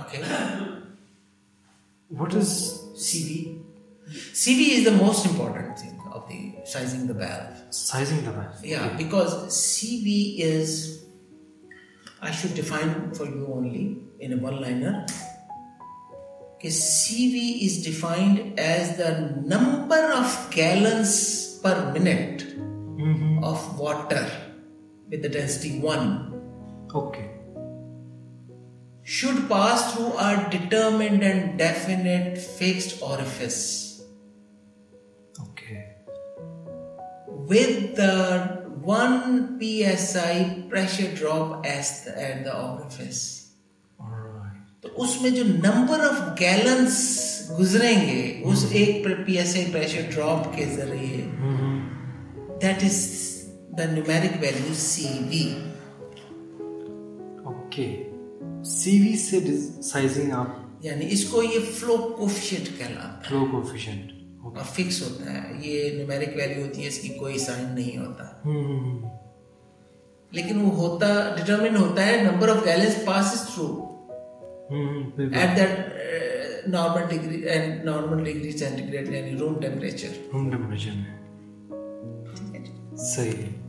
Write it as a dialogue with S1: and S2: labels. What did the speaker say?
S1: Okay.
S2: What is
S1: CV. CV is the most important thing of the sizing the valve.
S2: sizing the valve?
S1: Yeah, because CV is, I should define for you only in a one liner. Okay, CV is defined as the number of gallons per minute
S2: hmm
S1: of water with the density 1
S2: Okay.
S1: should pass through a determined and definite fixed orifice
S2: Okay.
S1: with the 1 psi pressure drop as the, at the orifice.
S2: Alright.
S1: तो उसमें जो number of gallons गुजरेंगे उस एक P S I pressure drop के जरिए
S2: hmm
S1: that is the numeric value C V
S2: Okay. CV से डिस- sizing आप
S1: यानी इसको ये फ्लो कोफिशिएंट कहलाता
S2: flow coefficient. Okay.
S1: है फिक्स होता है ये न्यूमेरिक वैल्यू होती है इसकी कोई साइन नहीं होता
S2: hmm
S1: लेकिन वो होता डिटरमिन होता है number of gallons passes through
S2: hmm
S1: at that normal degree and normal degree centigrade यानी रूम टेम्परेचर
S2: रूम टेम्परेचर में सही है